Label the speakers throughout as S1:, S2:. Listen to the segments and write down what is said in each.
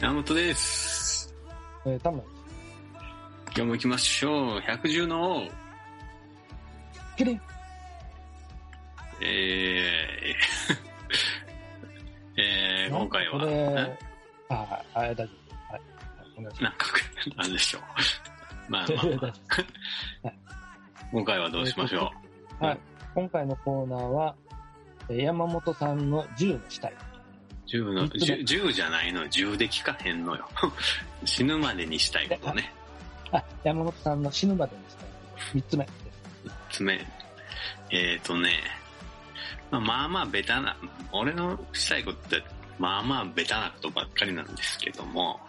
S1: 山本です。
S2: えー、タモ
S1: 今日も行きましょう。110の王、
S2: キリン
S1: えー、 えー、今回は、
S2: こ
S1: な
S2: れ、あー、あれ、大丈夫。はい。お願いし
S1: なんか、なんでしょう。 まあ
S2: ます。
S1: まあ
S2: 大丈
S1: ま
S2: 夫
S1: あ、今回はどうしましょ
S2: 今回のコーナーは、えー山本さんの銃の死体。
S1: う。銃の、
S2: 三つ目
S1: 銃銃じゃないの、銃で聞かへんのよ。 死ぬまでにしたいことね。
S2: あ、山本さんの死ぬまでの死体。三つ目です。
S1: 爪。えーとね、まあまあまあベタな、俺のしたいことって、まあまあベタなことばっかりなんですけども、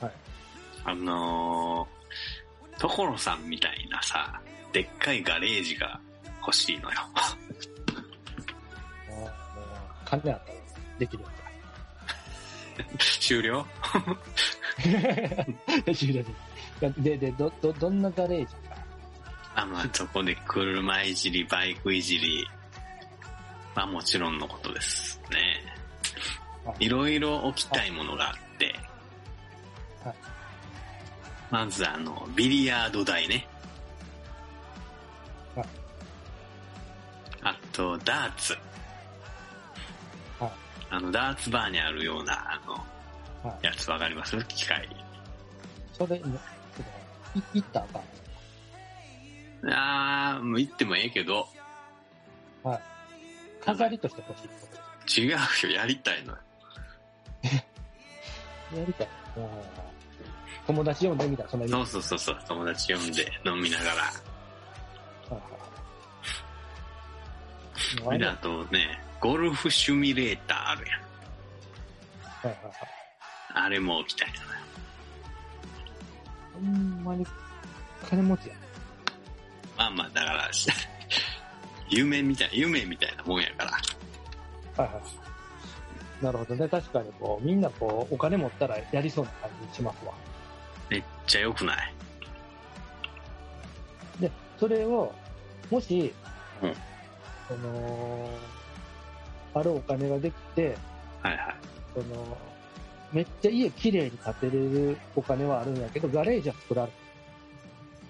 S2: はい
S1: あのー、所さんみたいなさ、でっかいガレージが欲しいのよ。
S2: あーもう金あったらできるや
S1: 終了
S2: つだ終了です。で、で、ど、ど、どんなガレージか。
S1: あの、そこで車いじり、バイクいじり、まあもちろんのことですね。いろいろ置きたいものがあって
S2: はい、
S1: まずあの、ビリヤード台ね
S2: はい。
S1: あと、ダーツ
S2: はい。
S1: あの、ダーツバーにあるような、あの
S2: は、
S1: やつわかります機械。
S2: それ、ね、ちょっと、い、行ったらあかん。
S1: あー、もう行ってもええけど、
S2: 飾りとして欲しいってことで
S1: 違うよ、やりたいのよ。
S2: す。やりたい。うん友達呼んでみたら、そんなに。
S1: そ
S2: は
S1: うそうそうそう、友達呼んで飲みながら。
S2: いはい
S1: それであとね、ゴルフシュミュレーターあるやん。
S2: はいはいはい。
S1: あれも置きたいのよ。
S2: ほんまに金持ちや。
S1: まあまあ、だから、 夢みたい、夢みたいなもんやから。
S2: はいはい。なるほどね。確かにこう、みんなこう、お金持ったらやりそうな感じしますわ。
S1: めっちゃ良くない
S2: それを、もし、
S1: うん
S2: その、あるお金ができて、
S1: はいはい。
S2: その、めっちゃ家綺麗に建てれるお金はあるんやけど、ガレージは作られ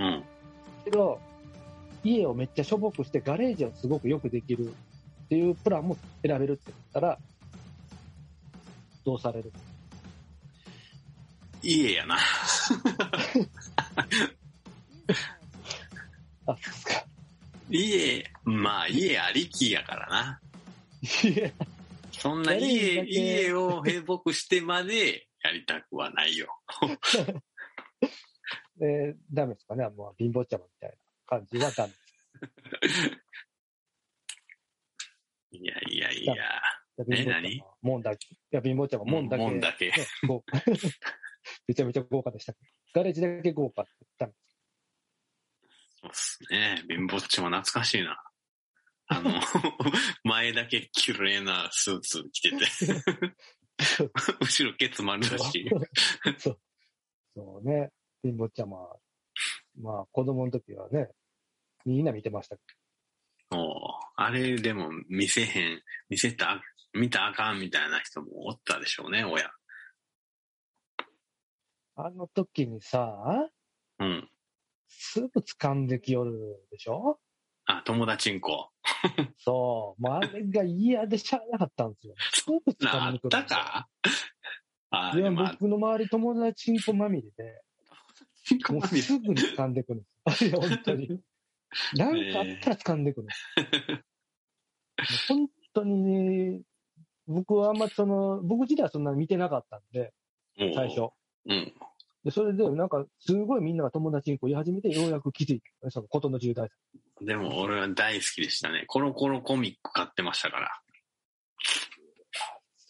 S2: る
S1: うん。
S2: けど、家をめっちゃしょぼくして、ガレージをすごくよくできるっていうプランも選べるって言ったら、どうされる
S1: 家やな。
S2: あ、そうですか。
S1: 家、まあ家ありきやからな。
S2: いや
S1: そんな
S2: や
S1: 家、
S2: れるだけ
S1: 家を閉牧してまでやりたくはないよ。
S2: えー、ダメですかね、もう貧乏ちゃまみたいな感じはダメ。
S1: いやいやいや。
S2: いや貧乏ちゃま
S1: 何
S2: もんだけ。いや、貧乏ちゃま、もんだけ。
S1: もんだけ。
S2: ね豪華めちゃめちゃ豪華でしたけど。ガレージだけ豪華ってダメ。
S1: そうっすね。貧乏っちも懐かしいな。あ の、前だけ綺麗なスーツ着てて、 後ろケツ丸出し。
S2: そう。そうね。貧乏ちゃま。まあ、子供の時はね、みんな見てましたけ
S1: もう、あれでも見せへん、見せた、見たらあかんみたいな人もおったでしょうね、親。
S2: ど。あの時にさ、
S1: うん。
S2: すぐ掴んできよるでしょ
S1: あ、友達んこ。
S2: そう。もうあれが嫌でしゃあなかったんですよ。すぐ
S1: な
S2: 掴
S1: あ
S2: ん
S1: っ
S2: でくるんですよ。
S1: たかあ、
S2: い
S1: で
S2: や、
S1: も、
S2: 僕の周り友達んこまみれで、
S1: チンコ
S2: もう
S1: まみれ
S2: すぐに掴んでくるんです よ。いや、本当に。なんかあったら掴んでくるんです。もう本当にね、僕はあんまその、僕自体はそんな見てなかったんで、
S1: もう
S2: 最初。
S1: うん。
S2: でそれで、なんか、すごいみんなが友達にこう言い始めて、ようやく気づいた。その、ことの重大さ。
S1: でも俺は大好きでしたね。コロコロコミック買ってましたから。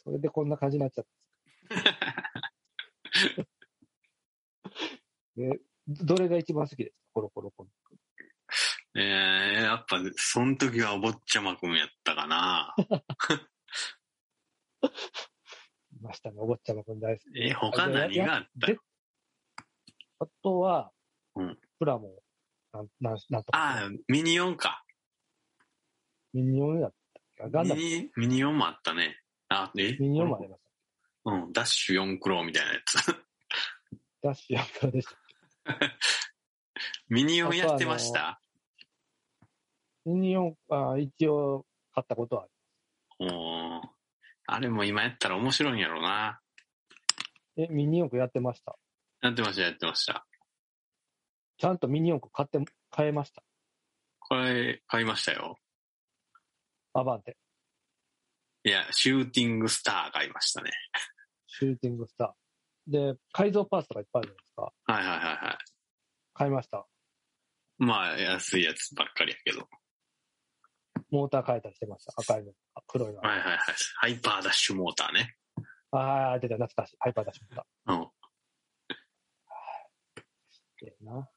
S2: それでこんな感じにな っちゃった。でどれが一番好きですかコロコロコロ。
S1: えー、やっぱ、その時はお坊ちゃまくんやったかな。
S2: いましたね。お坊ちゃまくん大好き。
S1: え、他何があった
S2: であとは、
S1: うん
S2: プラモ、なん、なん、なんとか。
S1: あ、ミニ四か。
S2: ミニオンやったっけガン
S1: ミ
S2: ダム、
S1: ニ、ミニ四もあったね。あ、え
S2: ミニオンもありまし
S1: うん、ダッシュ4クロみたいなやつ。
S2: ダッシュやったでした。
S1: ミニオンやってました
S2: ミニオン、あ一応買ったことはあ
S1: おーあれも今やったら面白いんやろうな。
S2: る。え、ミニ四駆やってました。
S1: やってました、やってました。
S2: ちゃんとミニ四駆買って、買えました。
S1: これ、買いましたよ。
S2: アバンテ、
S1: いや、シューティングスター買いましたね。
S2: シューティングスター。で、改造パーツとかいっぱいあるじゃないですか。
S1: はいはいはいは
S2: 買いました。
S1: い。まあ、安いやつばっかりやけど。
S2: モーター変えたりしてました。赤いの、あ黒いの。
S1: はいはいはい。ハイパーダッシュモーターね。
S2: ああ、出た、懐かしい。ハイパー出しました。
S1: うん。
S2: ええな。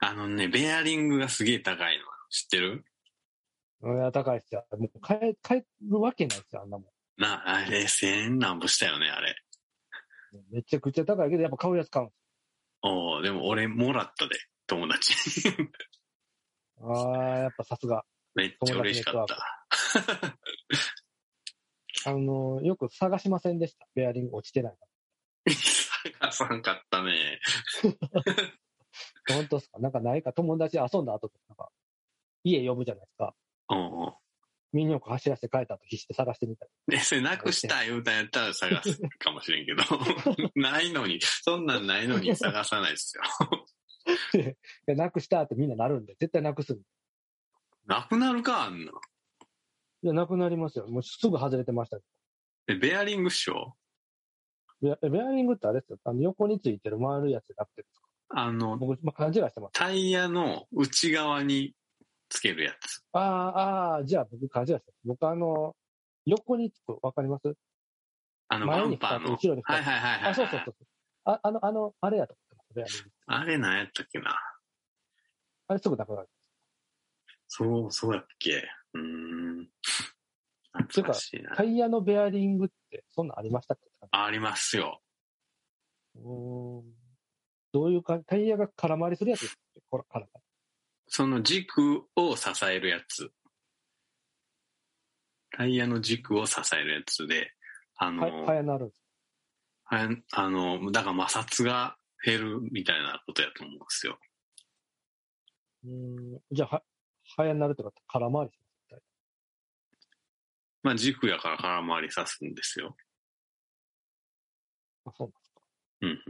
S1: あのね、ベアリングがすげえ高いの。知ってる
S2: うん、や高いっすよ。もう変え、変えるわけないっすよ、あんなも
S1: な、あれ、1000円なんぼしたよね、あれ。
S2: ん。めちゃくちゃ高いけど、やっぱ買うやつ買うんです
S1: おーでも俺もらったで、友達。
S2: よああ、やっぱさすが。
S1: めっちゃ嬉しかった。
S2: あのーよく探しませんでした。ベアリング落ちてない
S1: 探さんかったね。
S2: の。本当っすかなんかないか友達遊んだ後とか、なんか、家呼ぶじゃないですか。
S1: おー
S2: ミニ四駆走らせて帰った後必死で探してみたり。
S1: で、それなくした言うたんやったら探すかもしれんけど、 ないのに、そんなんないのに探さないですよ。
S2: で、なくしたってみんななるんで、絶対なくすんで。
S1: なくなるか、あんな。
S2: いや、なくなりますよ。もうすぐ外れてましたけ
S1: え、ベアリングっしょ
S2: ど。ベアベアリングってあれですよ。あの横についてる丸いやつじゃなくて、
S1: あの、
S2: 僕、まあ、勘違いしてます。
S1: タイヤの内側につけるやつ。
S2: ああ、ああ、じゃあ僕勘違いしてます。僕あの、横につく、わかります
S1: あの、バ
S2: 前
S1: ン
S2: に
S1: パー
S2: 2つ、
S1: の。
S2: 後ろに
S1: はい
S2: 2つ。
S1: はいはいはい。
S2: あ、そうそうそう。ああの、あの、あれやと思ってます、ベアリング。
S1: あれなんやったっけな。
S2: あれすぐなくなる。
S1: そう、そうやっけ。うーん。
S2: ていう
S1: 懐
S2: か
S1: かしいな。
S2: タイヤのベアリングって、そんなんありましたっけ
S1: ありますよ。
S2: うーんどういうか、タイヤが空回りするやつですっけほら、空回
S1: その軸を支えるやつ。タイヤの軸を支えるやつで、あ
S2: り。
S1: の、
S2: はタイヤなるんです。
S1: はやあの、だから摩擦が減るみたいなことやと思うんですよ。
S2: うーん。じゃあ、は、はやなるってことは空回りす
S1: まあ軸やから空回りさすんですよ。
S2: る。あ、そう
S1: うんうん。
S2: なん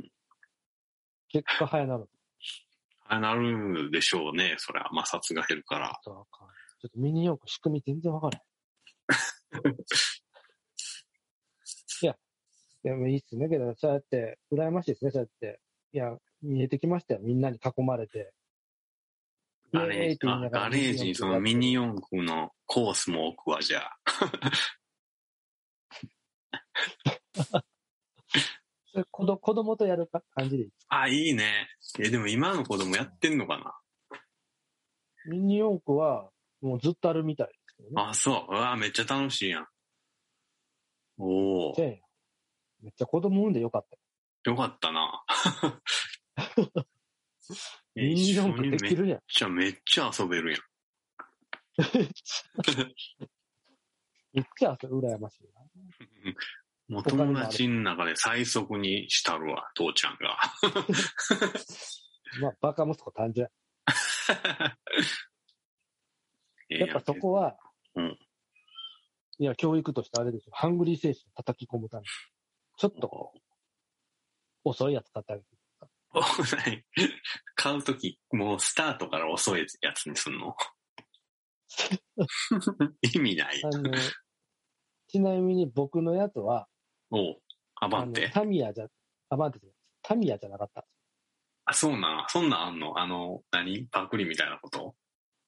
S2: 結果、はやなるんです
S1: あなるでしょうね、それは摩擦が減るから。
S2: ちょっとミニ四駆仕組み全然 わからない。いや、でもいいっすね。けど、そうやって、羨ましいですね、そうやって。いや、見えてきましたよ。みんなに囲まれて。
S1: ガレージ、
S2: イエーイ
S1: あガレージにそのミニ四駆のコースも置くわ、じゃあ。
S2: それ子ど子供とやるか感じでいいです
S1: あ、いいね。え、でも今の子供やってんのか
S2: かミニ四駆は、もうずっとあるみたいですけどね。
S1: なあ、そう。うわ、めっちゃ楽しいやん。おお
S2: せ。やんやめっちゃ子供産んでよかった。
S1: よかったな。
S2: ミニ四駆で
S1: め
S2: き
S1: っ
S2: るやん。
S1: ちゃ、めっちゃ遊べるやん。
S2: めっちゃ遊ぶ羨ましいな。
S1: もう友達の中で最速にしたるわ、父ちゃんが。
S2: まあ、バカ息子単 純
S1: ええ
S2: や。やっぱそこは、
S1: うん
S2: いや、教育としてあれですよ。ハングリー精神を叩き込むために。ちょっとこう、遅いやつ買って あげる。
S1: 何 買うとき、もうスタートから遅いやつにすん の意味ない
S2: あ。の、ちなみに僕のやつは、
S1: おうアバ
S2: あ
S1: ン
S2: の
S1: テ。
S2: タミヤじゃ、あ、待って、タミヤじゃなかった。
S1: あ、そうなのそんなんあんのあの、何パクリみたいなこと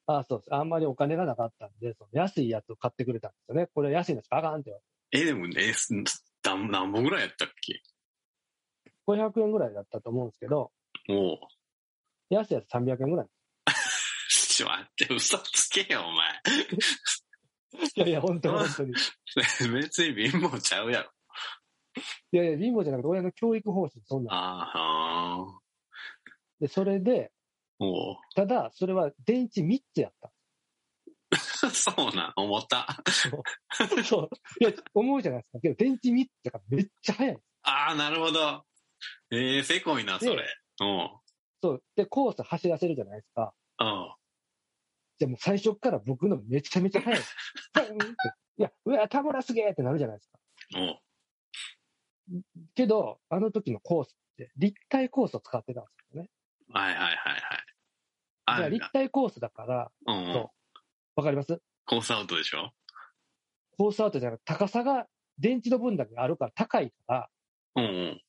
S2: あそうです。あんまりお金がなかったんで、その安いやつを買ってくれたんですよね。これ安いのしかあかんって
S1: え、でもね、えすなん何本ぐらいやったっけ
S2: 言われて。500円ぐらいだったと思うんですけど、
S1: おう
S2: 安いやつ300円ぐらい なんです
S1: ちょ、
S2: よ
S1: 待って、嘘つけよ、お
S2: いやいや、本当本当に。
S1: 前。 別に貧乏ちゃうやろ。
S2: いやいや、貧乏じゃなくて、親の教育方針、そんなん。
S1: ああ、
S2: で、それで、
S1: おう
S2: ただ、それは電池3つやった。
S1: そう なん、思った。
S2: そう。いや、思うじゃないですか。けど、電池3つだからめっちゃ速い。
S1: ああ、なるほど。ええー、せこいな、それ。うん。
S2: そう。で、コース走らせるじゃないですか。
S1: うん。
S2: じゃあもう最初から僕のめちゃめちゃ速い。 パンっていや、うわ、田村すげえってなるじゃないですか。
S1: お
S2: けど、あの時のコースって、立体コースを使ってたんですよね。
S1: はいはいはいはい。
S2: じゃあ
S1: あんだ
S2: 立。体コースだから、
S1: うんうん
S2: そ。わかります
S1: コースアウトでしょ
S2: コースアウトじゃなくて、高さが電池の分だけあるから高いか
S1: う
S2: ら、
S1: んうん。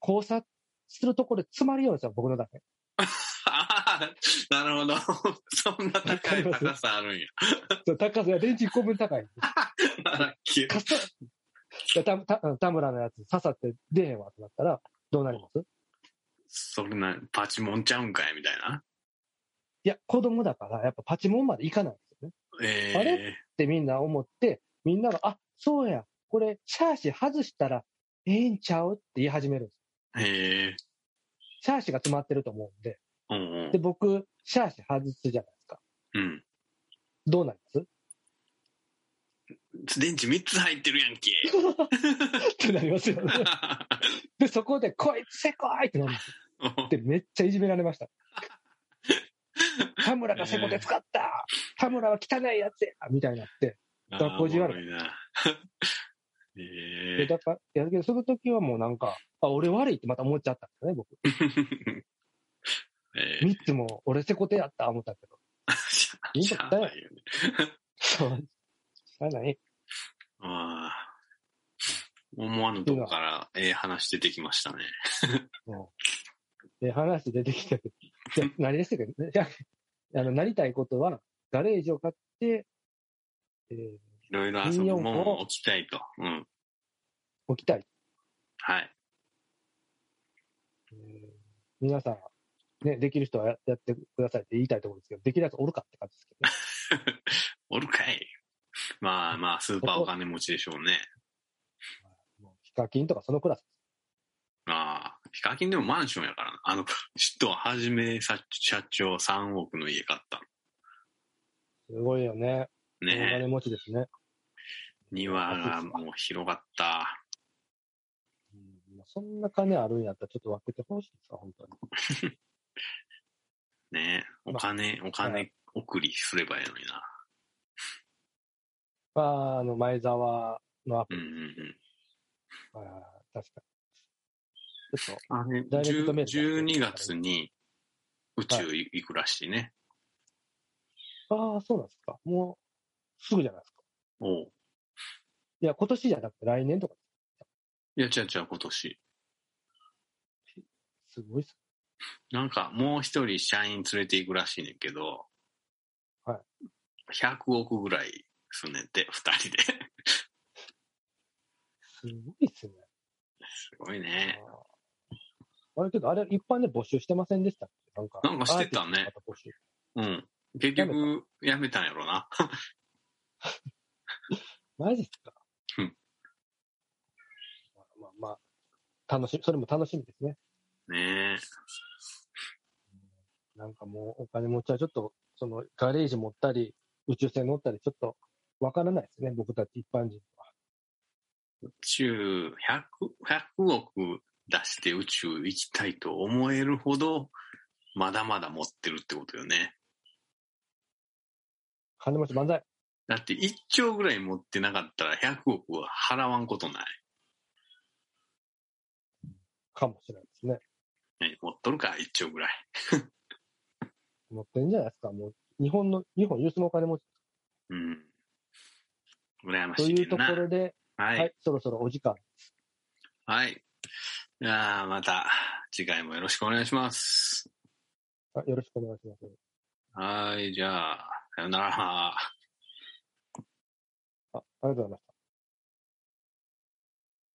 S2: 交差するところで詰まるようにした僕のだけ。
S1: ああ、 なるほど。そんな高い
S2: わか
S1: 高
S2: りま
S1: さあるんや。
S2: そう高さが電池1個分高い。
S1: ラッキ ー
S2: かさ、いやたた田村のやつ刺さって出えへんわってなったら、どうなります
S1: それな、パチモンちゃうんかいみたいな。
S2: いや、子供だから、やっぱパチモンまでいかないんですよね。
S1: え
S2: あれってみんな思って、みんなが、あ、そうや、これ、シャーシ外したら、ええんちゃうって言い始めるんです。
S1: えー、ええ
S2: シャーシが詰まってると思うんで。
S1: ー、うんうん
S2: で、。僕、シャーシ外すじゃないですか。
S1: うん。
S2: どうなり ます
S1: 電池3つ入ってるやんけ。
S2: ってなりますよね。 で、そこで、こいつせこいってなるんですよ。 で、めっちゃいじめられました。田村がせこで使った田村は汚いやつやみたいになって。学校じわ る
S1: あーおもろいな。
S2: で
S1: ええ
S2: だから、いやだけど、その時はもうなんか、あ、俺悪いってまた思っちゃったんですよね、僕。
S1: ええ
S2: ミッツも、俺せこ手やった思ったけど。
S1: しゃ
S2: いい ん
S1: し
S2: だ
S1: ゃ
S2: っ
S1: あ
S2: たよ
S1: ないよね。
S2: そう。知らない。
S1: ああ。思わぬとこから、ええ話出てきましたね。
S2: もう。で、話出てきたけど。いや、何でしたっけど、いや、あの、なりたいことは、ガレージを買って、えー、
S1: いろいろ遊ぶもんを置きたいと。うん。
S2: 置きたい。
S1: はい。
S2: えー皆さん、ね、できる人はややってくださいって言いたいところですけど、できるやつおるかって感じですけどね。
S1: おるかい。まあまあ、スーパーお金持ちでしょうね。
S2: もうヒカキンとかそのクラス。
S1: ああ、ヒカキンでもマンションやからな。あの、嫉妬はじめさ社長3億の家買った
S2: すごいよね。
S1: の。
S2: お
S1: ね
S2: 金持ちですね。
S1: 庭がもう広がった。
S2: うん、そんな金あるんやったらちょっと分けてほしいですわ本当に。
S1: ねお金、お
S2: は
S1: 金送りすればいいのにな。
S2: まあ、あの、前澤の
S1: う
S2: アップ
S1: んうん
S2: あー確かに。ちょっ
S1: うん。あれ、
S2: ダイレクトメール
S1: 12月に宇宙行くらしいね。
S2: と、ああ、そうなんですか。もう、すぐじゃないですか。
S1: おう
S2: いや、今年じゃなくて来年とか、
S1: いや、違う違う、今年。
S2: すごいっす。
S1: なんか、もう一人社員連れて行くらしいねんけど、。
S2: はい
S1: 100億ぐらいすねて、二人で。
S2: すごいっすね。
S1: すごいね。
S2: あーあれけど、あれ一般で募集してませんでしたっけなんか。
S1: なんかしてたね
S2: アーティストの方募集
S1: うん。結局、やめたんやろな。
S2: マジっすか。
S1: うん
S2: まあまあまあ、楽しみ、それも楽しみですね。
S1: ね
S2: なんかもうお金持ちはちょっと、そのガレージ持ったり、宇宙船乗ったり、ちょっとわからないですね、僕たち一般人は。
S1: 宇宙100、100億出して宇宙行きたいと思えるほど、まだまだ持ってるってことよね。
S2: 金持ち万歳。
S1: だって1兆ぐらい持ってなかったら100億は払わんことない。
S2: かもしれないですね。
S1: ね持っとるか、1兆ぐらい。
S2: 持ってんじゃないですか。もう、日本の、日本有数のお金持ち。
S1: うん。羨ま
S2: と
S1: しい
S2: い
S1: ね
S2: うんとこ
S1: な。
S2: ろで、
S1: は
S2: はい、
S1: い。
S2: そろそろお時間。
S1: はい。じゃあ、また次回もよろしくお願いします。
S2: あよろしくお願いします。
S1: はい、じゃあ、さよなら。
S2: あありがとうございました。